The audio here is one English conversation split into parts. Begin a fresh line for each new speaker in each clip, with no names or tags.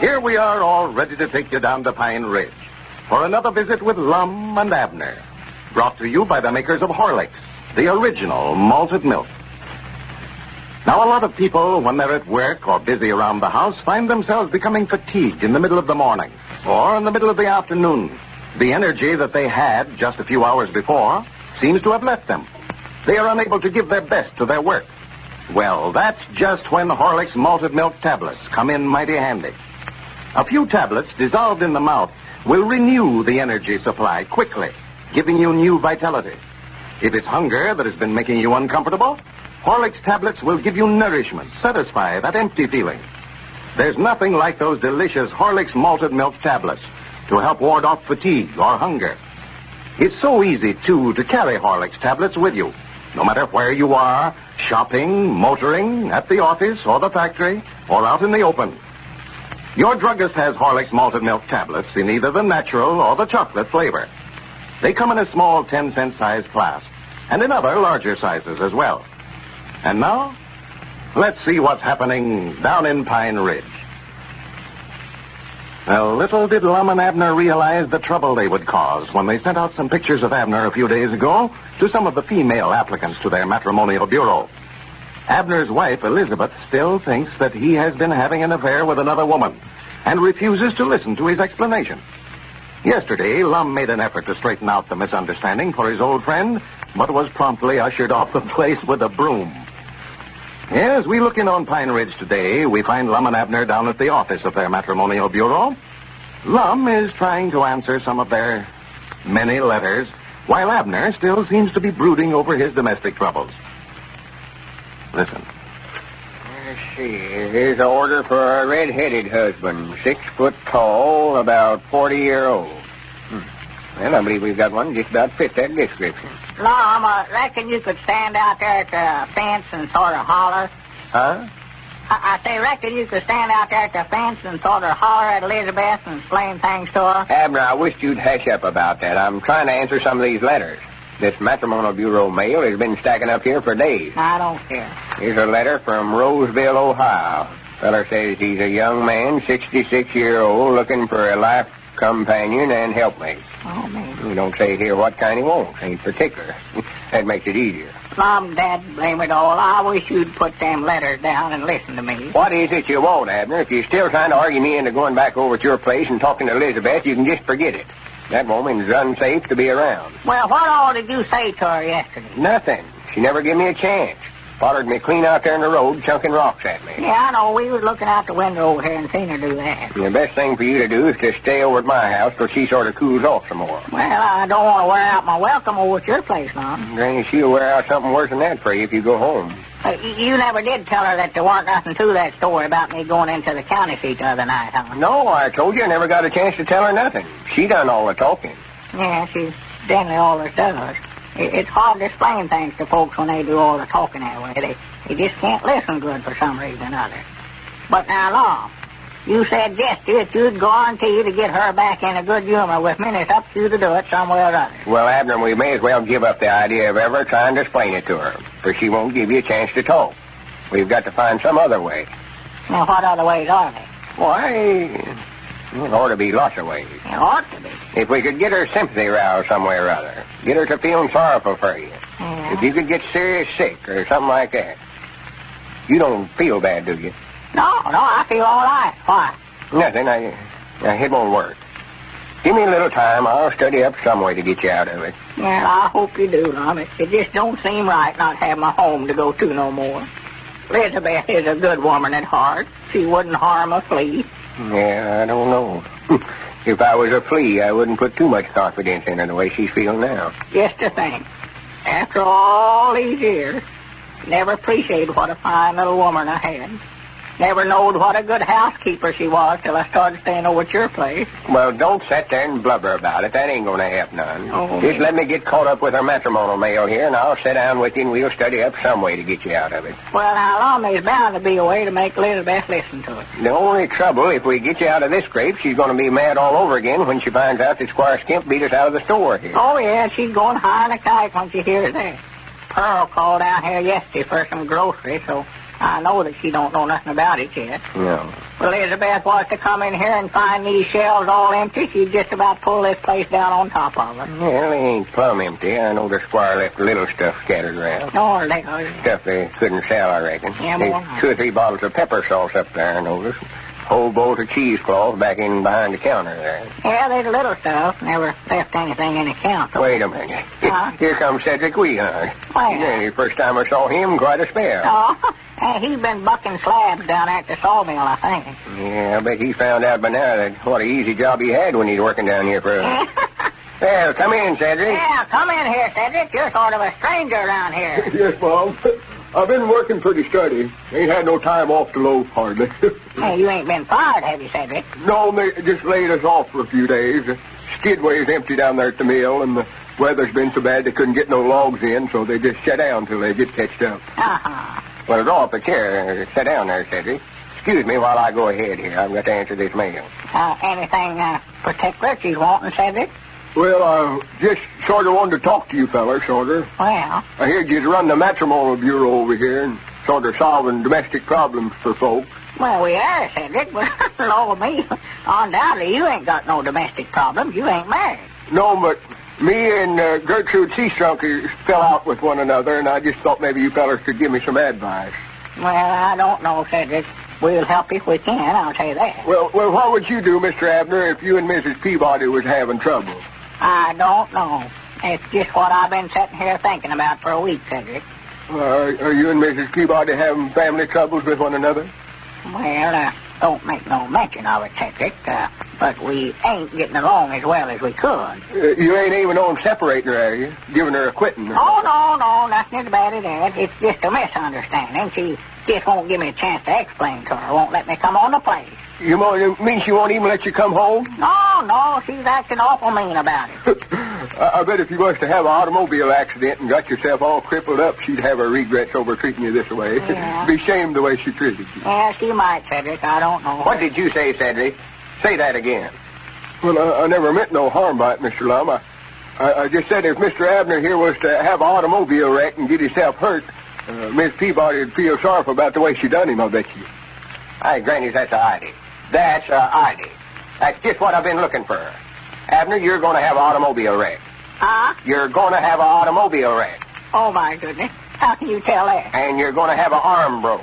Here we are all ready to take you down to Pine Ridge for another visit with Lum and Abner. Brought to you by the makers of Horlicks, the original malted milk. Now, a lot of people, when they're at work or busy around the house, find themselves becoming fatigued in the middle of the morning or in the middle of the afternoon. The energy that they had just a few hours before seems to have left them. They are unable to give their best to their work. Well, that's just when Horlick's malted milk tablets come in mighty handy. A few tablets dissolved in the mouth will renew the energy supply quickly, giving you new vitality. If it's hunger that has been making you uncomfortable, Horlick's tablets will give you nourishment, satisfy that empty feeling. There's nothing like those delicious Horlick's malted milk tablets to help ward off fatigue or hunger. It's so easy, too, to carry Horlick's tablets with you, no matter where you are, shopping, motoring, at the office or the factory, or out in the open. Your druggist has Horlick's malted milk tablets in either the natural or the chocolate flavor. They come in a small 10 cent size flask and in other larger sizes as well. And now, let's see what's happening down in Pine Ridge. Well, little did Lum and Abner realize the trouble they would cause when they sent out some pictures of Abner a few days ago to some of the female applicants to their matrimonial bureau. Abner's wife, Elizabeth, still thinks that he has been having an affair with another woman and refuses to listen to his explanation. Yesterday, Lum made an effort to straighten out the misunderstanding for his old friend, but was promptly ushered off the place with a broom. As we look in on Pine Ridge today, we find Lum and Abner down at the office of their matrimonial bureau. Lum is trying to answer some of their many letters, while Abner still seems to be brooding over his domestic troubles. Listen.
Let's see. Here's an order for a red-headed husband, six foot tall, about forty year old. Hmm. Well, I believe we've got one just about fit that description.
Mom, I reckon you could stand out there at the fence and sort of holler.
Huh?
I, I say, reckon you could stand out there at the fence and sort of holler at Elizabeth and explain things to her.
Abner, I wished you'd hash up about that. I'm trying to answer some of these letters. This matrimonial bureau mail has been stacking up here for days.
I don't care.
Here's a letter from Roseville, Ohio. Feller says he's a young man, 66 year old, looking for a life companion and helpmate.
Oh, man.
We don't say here what kind he wants. Ain't particular. that makes it easier.
Mom, and Dad, blame it all. I wish you'd put them letters down and listen to me.
What is it you want, Abner? If you're still trying to argue me into going back over to your place and talking to Elizabeth, you can just forget it. That woman's unsafe to be around.
Well, what all did you say to her yesterday?
Nothing. She never gave me a chance. Followed me clean out there in the road, chunking rocks at me.
Yeah, I know. We was looking out the window over here and seen her do that.
The best thing for you to do is to stay over at my house till she sort of cools off some more.
Well, I don't want to wear out my welcome over at your place, Mom.
Granny, she'll wear out something worse than that for you if you go home.
Uh, y- you never did tell her that there warn't nothing to that story about me going into the county seat the other night, huh?
No, I told you I never got a chance to tell her nothing. She done all the talking.
Yeah, she's generally all there does. It, it's hard to explain things to folks when they do all the talking that way. They, they just can't listen good for some reason or another. But now, Law, you said yesterday that you'd guarantee to get her back in a good humor with me, and it's up to you to do it some way or other.
Well, Abner, we may as well give up the idea of ever trying to explain it to her, for she won't give you a chance to talk. We've got to find some other way.
Now, what other ways are there?
Why, there ought to be lots of ways.
There ought to be.
If we could get her sympathy roused some way or other, get her to feeling sorrowful for you.
Yeah.
If you could get serious sick or something like that. You don't feel bad, do you?
No, no, I feel all right. Why?
Nothing. I, I it won't work. Give me a little time. I'll study up some way to get you out of it.
Yeah, I hope you do, Lum. It, it just don't seem right not having my home to go to no more. Elizabeth is a good woman at heart. She wouldn't harm a flea.
Yeah, I don't know. if I was a flea, I wouldn't put too much confidence in her the way she's feeling now.
Just a thing. After all these years, never appreciated what a fine little woman I had. Never knowed what a good housekeeper she was till I started staying over at your place.
Well, don't sit there and blubber about it. That ain't going to help none.
Oh.
Just let me get caught up with her matrimonial mail here, and I'll sit down with you, and we'll study up some way to get you out of it.
Well, now, Lum, there's bound to be a way to make Elizabeth listen to it.
The only trouble, if we get you out of this scrape, she's going to be mad all over again when she finds out that Squire Skimp beat us out of the store here.
Oh, yeah, she's going high in a kite when she hears that. Pearl called out here yesterday for some groceries, so I know that she don't know nothing about it yet.
No.
Well, Elizabeth was to come in here and find these shelves all empty, she'd just about pull this place down on top of us.
Well, they ain't plumb empty. I know the squire left a little stuff scattered around.
No, they are.
Stuff they couldn't sell, I reckon.
Yeah,
There's
well, I-
two or three bottles of pepper sauce up there, I noticed. Whole bolt of cheesecloth back in behind the counter there.
Yeah, there's little stuff. Never left anything in account.
Wait a minute.
Huh?
Here comes Cedric Weehart.
Why, uh,
Really, first time I saw him, quite a spell.
Oh, and he's been bucking slabs down at the sawmill, I think.
Yeah, I bet he found out by now that what a easy job he had when he's working down here for us. well, come in, Cedric.
yeah, come in here, Cedric. You're sort of a stranger around here.
yes, Bob. I've been working pretty sturdy. Ain't had no time off to loaf hardly.
hey, you ain't been fired, have you, Cedric?
no, they just laid us off for a few days. Skidway's empty down there at the mill, and the weather's been so bad they couldn't get no logs in, so they just shut down till they get catched up.
Uh-huh.
Well, draw up a chair. Sit down there, Cedric. Excuse me while I go ahead here. I've got to answer this mail.
Uh, anything uh, particular she's wanting, Cedric?
Well, I just sort of wanted to talk to you fellas, sort of.
Well,
I heard you'd run the matrimonial bureau over here and sort of solving domestic problems for folks.
well, we are, Cedric, but Lord me, undoubtedly you ain't got no domestic problems. You ain't married.
No, but me and uh, Gertrude Seastrunk uh, fell out with one another, and I just thought maybe you fellas could give me some advice.
Well, I don't know, Cedric. We'll help if we can, I'll tell you that.
Well, well, what would you do, Mr. Abner, if you and Mrs. Peabody was having trouble?
I don't know. It's just what I've been sitting here thinking about for a week, Cedric.
Uh, are are you and Mrs. Peabody having family troubles with one another?
Well, uh, don't make no mention of it, Cedric, uh, but we ain't getting along as well as we could.
Uh, you ain't even on separating her, are you? Giving her a quitting? or-
Oh, no, no, nothing as bad as that. It's just a misunderstanding. She just won't give me a chance to explain to her, won't let me come on the place.
You mo- you mean she won't even let you come home?
No, no, she's acting awful mean about it.
I, I bet if you was to have an automobile accident and got yourself all crippled up, she'd have her regrets over treating you this way.
Oh, Yeah.
Be shamed the way she treated you.
Yeah, she might, Cedric. I don't know.
What did you say, Cedric? Say that again. Well, I, I never meant no harm by it, Mr. Lum. I, I, I just said if Mr. Abner here was to have an automobile wreck and get himself hurt, uh, Miss Peabody would feel sorry for about the way she done him, I bet you. Hey, Granny, that's a idea. That's a idea. That's just what I've been looking for. Abner, you're going to have an automobile wreck.
Huh?
You're going to have an automobile wreck.
Oh, my goodness. How can you tell that?
And you're going to have an arm broke.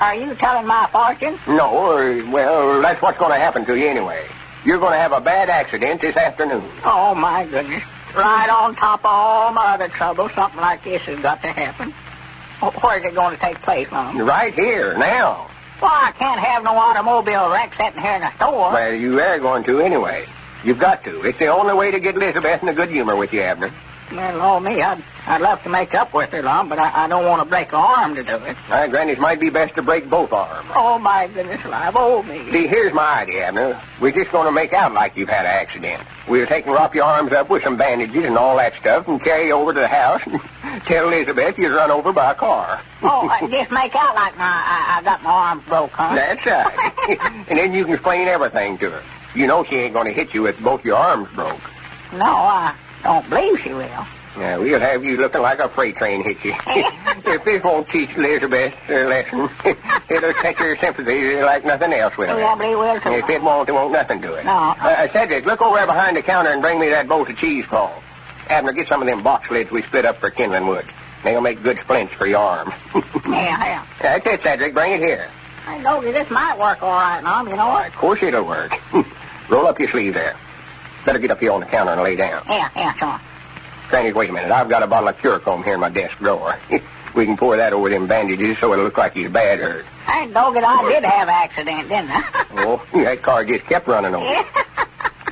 Are you telling my fortune?
No, uh, well, that's what's going to happen to you anyway. You're going to have a bad accident this afternoon.
Oh, my goodness. Right on top of all my other trouble, something like this has got to happen. Wh- Where's it going to take place, Mom?
Right here, now.
Well, I can't have no automobile wreck sitting here in a store.
Well, you are going to anyway. You've got to. It's the only way to get Elizabeth in a good humor with you, Abner.
Well, oh, me, I'd, I'd love to make up with her, Lum, but I, I don't want to break her arm to do it.
My grannies might be best to break both arms.
Oh, my goodness, alive. Oh, me.
See, here's my idea, Abner. We're just going to make out like you've had an accident. We'll take and wrap your arms up with some bandages and all that stuff and carry you over to the house and tell Elizabeth you was run over by a car.
Oh, uh, just make out like my, I, I got my arm broke, huh?
That's right. and then you can explain everything to her. You know she ain't going to hit you with both your arms broke.
No, I don't believe she will.
Now, we'll have you looking like a freight train hit you. if this won't teach Elizabeth her lesson, it'll catch her sympathy like nothing else will.
Yeah, I believe we'll too.
If it won't, it won't nothing to it.
No.
Uh, Cedric, look over there behind the counter and bring me that bolt of cheese cloth. Abner, get some of them box lids we split up for kindling wood. They'll make good splints for your arm.
Yeah, yeah.
That's it, Cedric. Bring it here.
I know this might work all right, Mom, you know
Why,
what?
of course it'll work. Roll up your sleeve there. Better get up here on the counter and lay down.
Yeah, yeah, sure.
Granny, wait a minute. I've got a bottle of Curacomb here in my desk drawer. we can pour that over them bandages so it'll look like he's bad hurt.
Hey, dogged, I did have an accident, didn't I?
Oh, that car just kept running over.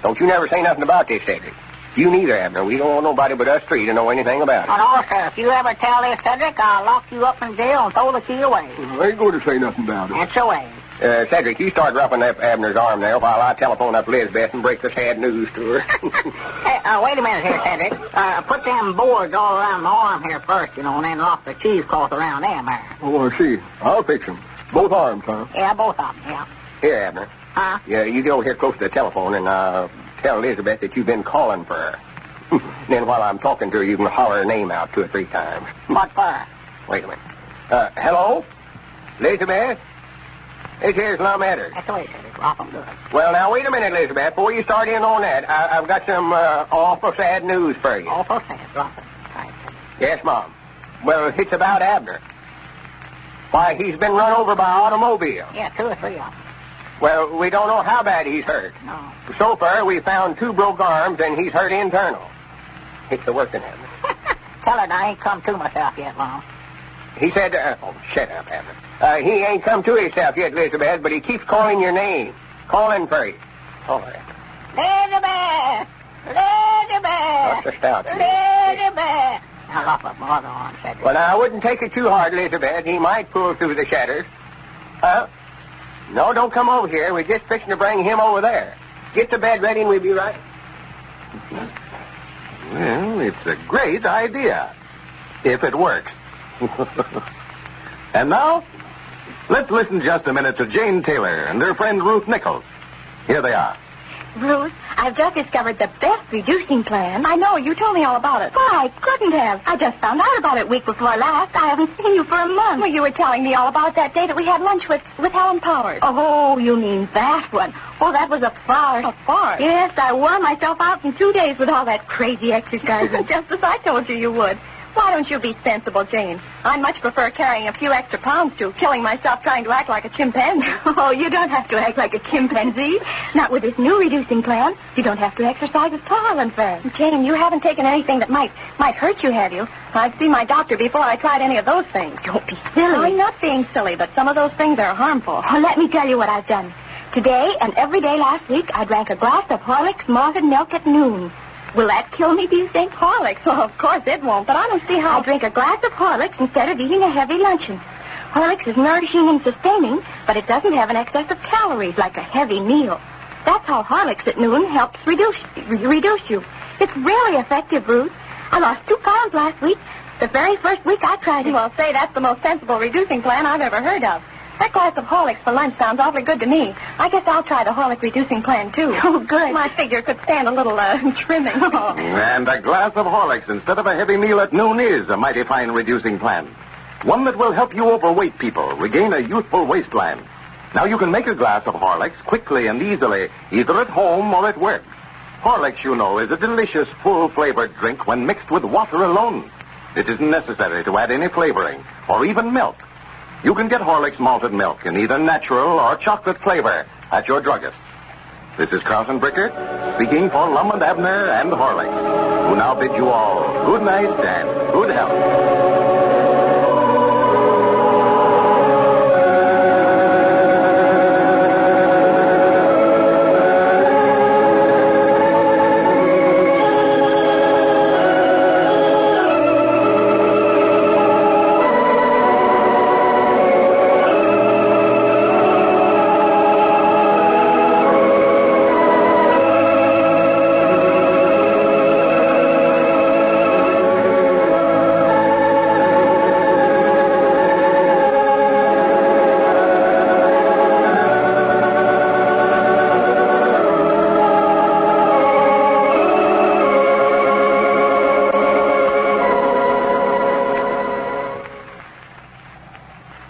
Don't you never say nothing about this, Cedric. You neither, Abner. We don't want nobody but us three to know anything about
and also, if you ever tell this, Cedric, I'll lock you up in jail and throw the key away.
it. I ain't going to say nothing about
That's the way.
Uh, Cedric, you start wrapping up Abner's arm there while I telephone up Lizbeth and break the sad news to her.
Hey, uh, wait a minute here, Cedric. Uh, put them boards all around my arm here first, you know, and then lock the cheesecloth around them there.
oh, I see. I'll fix them. Both arms, huh?
Yeah, both of them, yeah.
Here, Abner.
Huh?
Yeah, you go over here close to the telephone and uh, tell Elizabeth that you've been calling for her. then while I'm talking to her, you can holler her name out two or three times.
What for?
Wait a minute. Uh, hello? Elizabeth?
This here's Lum Eddard.
That's the way, sir. It's rock 'em good.
Well, now, wait a minute, Elizabeth. Before you start in on that, I, I've got some uh, awful sad news for you.
Awful fast, rock 'em. Right, sir.
Yes, Mom. Well, it's about Abner. Why, he's been run over by automobile.
Yeah, two or three of them.
Well, we don't know how bad he's hurt.
No.
So far, we found two broke arms, and he's hurt internal. It's a working Abner.
Tell her I ain't come to myself yet, Mom.
He said, uh, oh, shut up, Abner. Uh, he ain't come to himself yet, Elizabeth, but he keeps calling your name. Calling for you. All right.
Elizabeth!
Not
Elizabeth!
just out.
Elizabeth! Now, rock up mother on, said
Well, I wouldn't take it too hard, Elizabeth. He might pull through the shatters. Huh? No, don't come over here. We're just fixing to bring him over there. Get the bed ready and we'll be right.
Well, it's a great idea. If it works. and now, let's listen just a minute to Jane Taylor and her friend Ruth Nichols. Here they are.
Ruth, I've just discovered the best reducing plan. I know. You told me all about it. Well, I couldn't have. I just found out about it week before last. I haven't seen you for a month. Well, you were telling me all about that day that we had lunch with, with Helen Powers. Oh, you mean that one. Oh, that was a farce. A farce? Yes, I wore myself out in two days with all that crazy exercise. just as I told you you would. Why don't you be sensible, Jane? I much prefer carrying a few extra pounds to killing myself trying to act like a chimpanzee. Oh, you don't have to act like a chimpanzee. Not with this new reducing plan. You don't have to exercise at all, in fact. Jane, you haven't taken anything that might might hurt you, have you? I'd see my doctor before I tried any of those things. Don't be silly. I'm not being silly, but some of those things are harmful. Oh, let me tell you what I've done. Today and every day last week, I drank a glass of Horlick's malted milk at noon. Will that kill me, do you think? Horlicks? Well, of course it won't, but I don't see how... I drink a glass of Horlicks instead of eating a heavy luncheon. Horlicks is nourishing and sustaining, but it doesn't have an excess of calories like a heavy meal. That's how Horlicks at noon helps reduce re- reduce you. It's really effective, Ruth. I lost two pounds last week, the very first week I tried it. Well, say, that's the most sensible reducing plan I've ever heard of. That glass of Horlicks for lunch sounds awfully good to me. I guess I'll try the Horlick reducing plan, too. Oh, good. My figure could stand a little uh, trimming. Oh.
And a glass of Horlicks instead of a heavy meal at noon is a mighty fine reducing plan. One that will help you overweight people regain a youthful waistline. Now you can make a glass of Horlicks quickly and easily, either at home or at work. Horlicks, you know, is a delicious, full-flavored drink when mixed with water alone. It isn't necessary to add any flavoring or even milk. You can get Horlicks malted milk in either natural or chocolate flavor at your druggist. This is Carlton Bricker speaking for Lum and Abner and Horlick, who now bid you all good night and good health.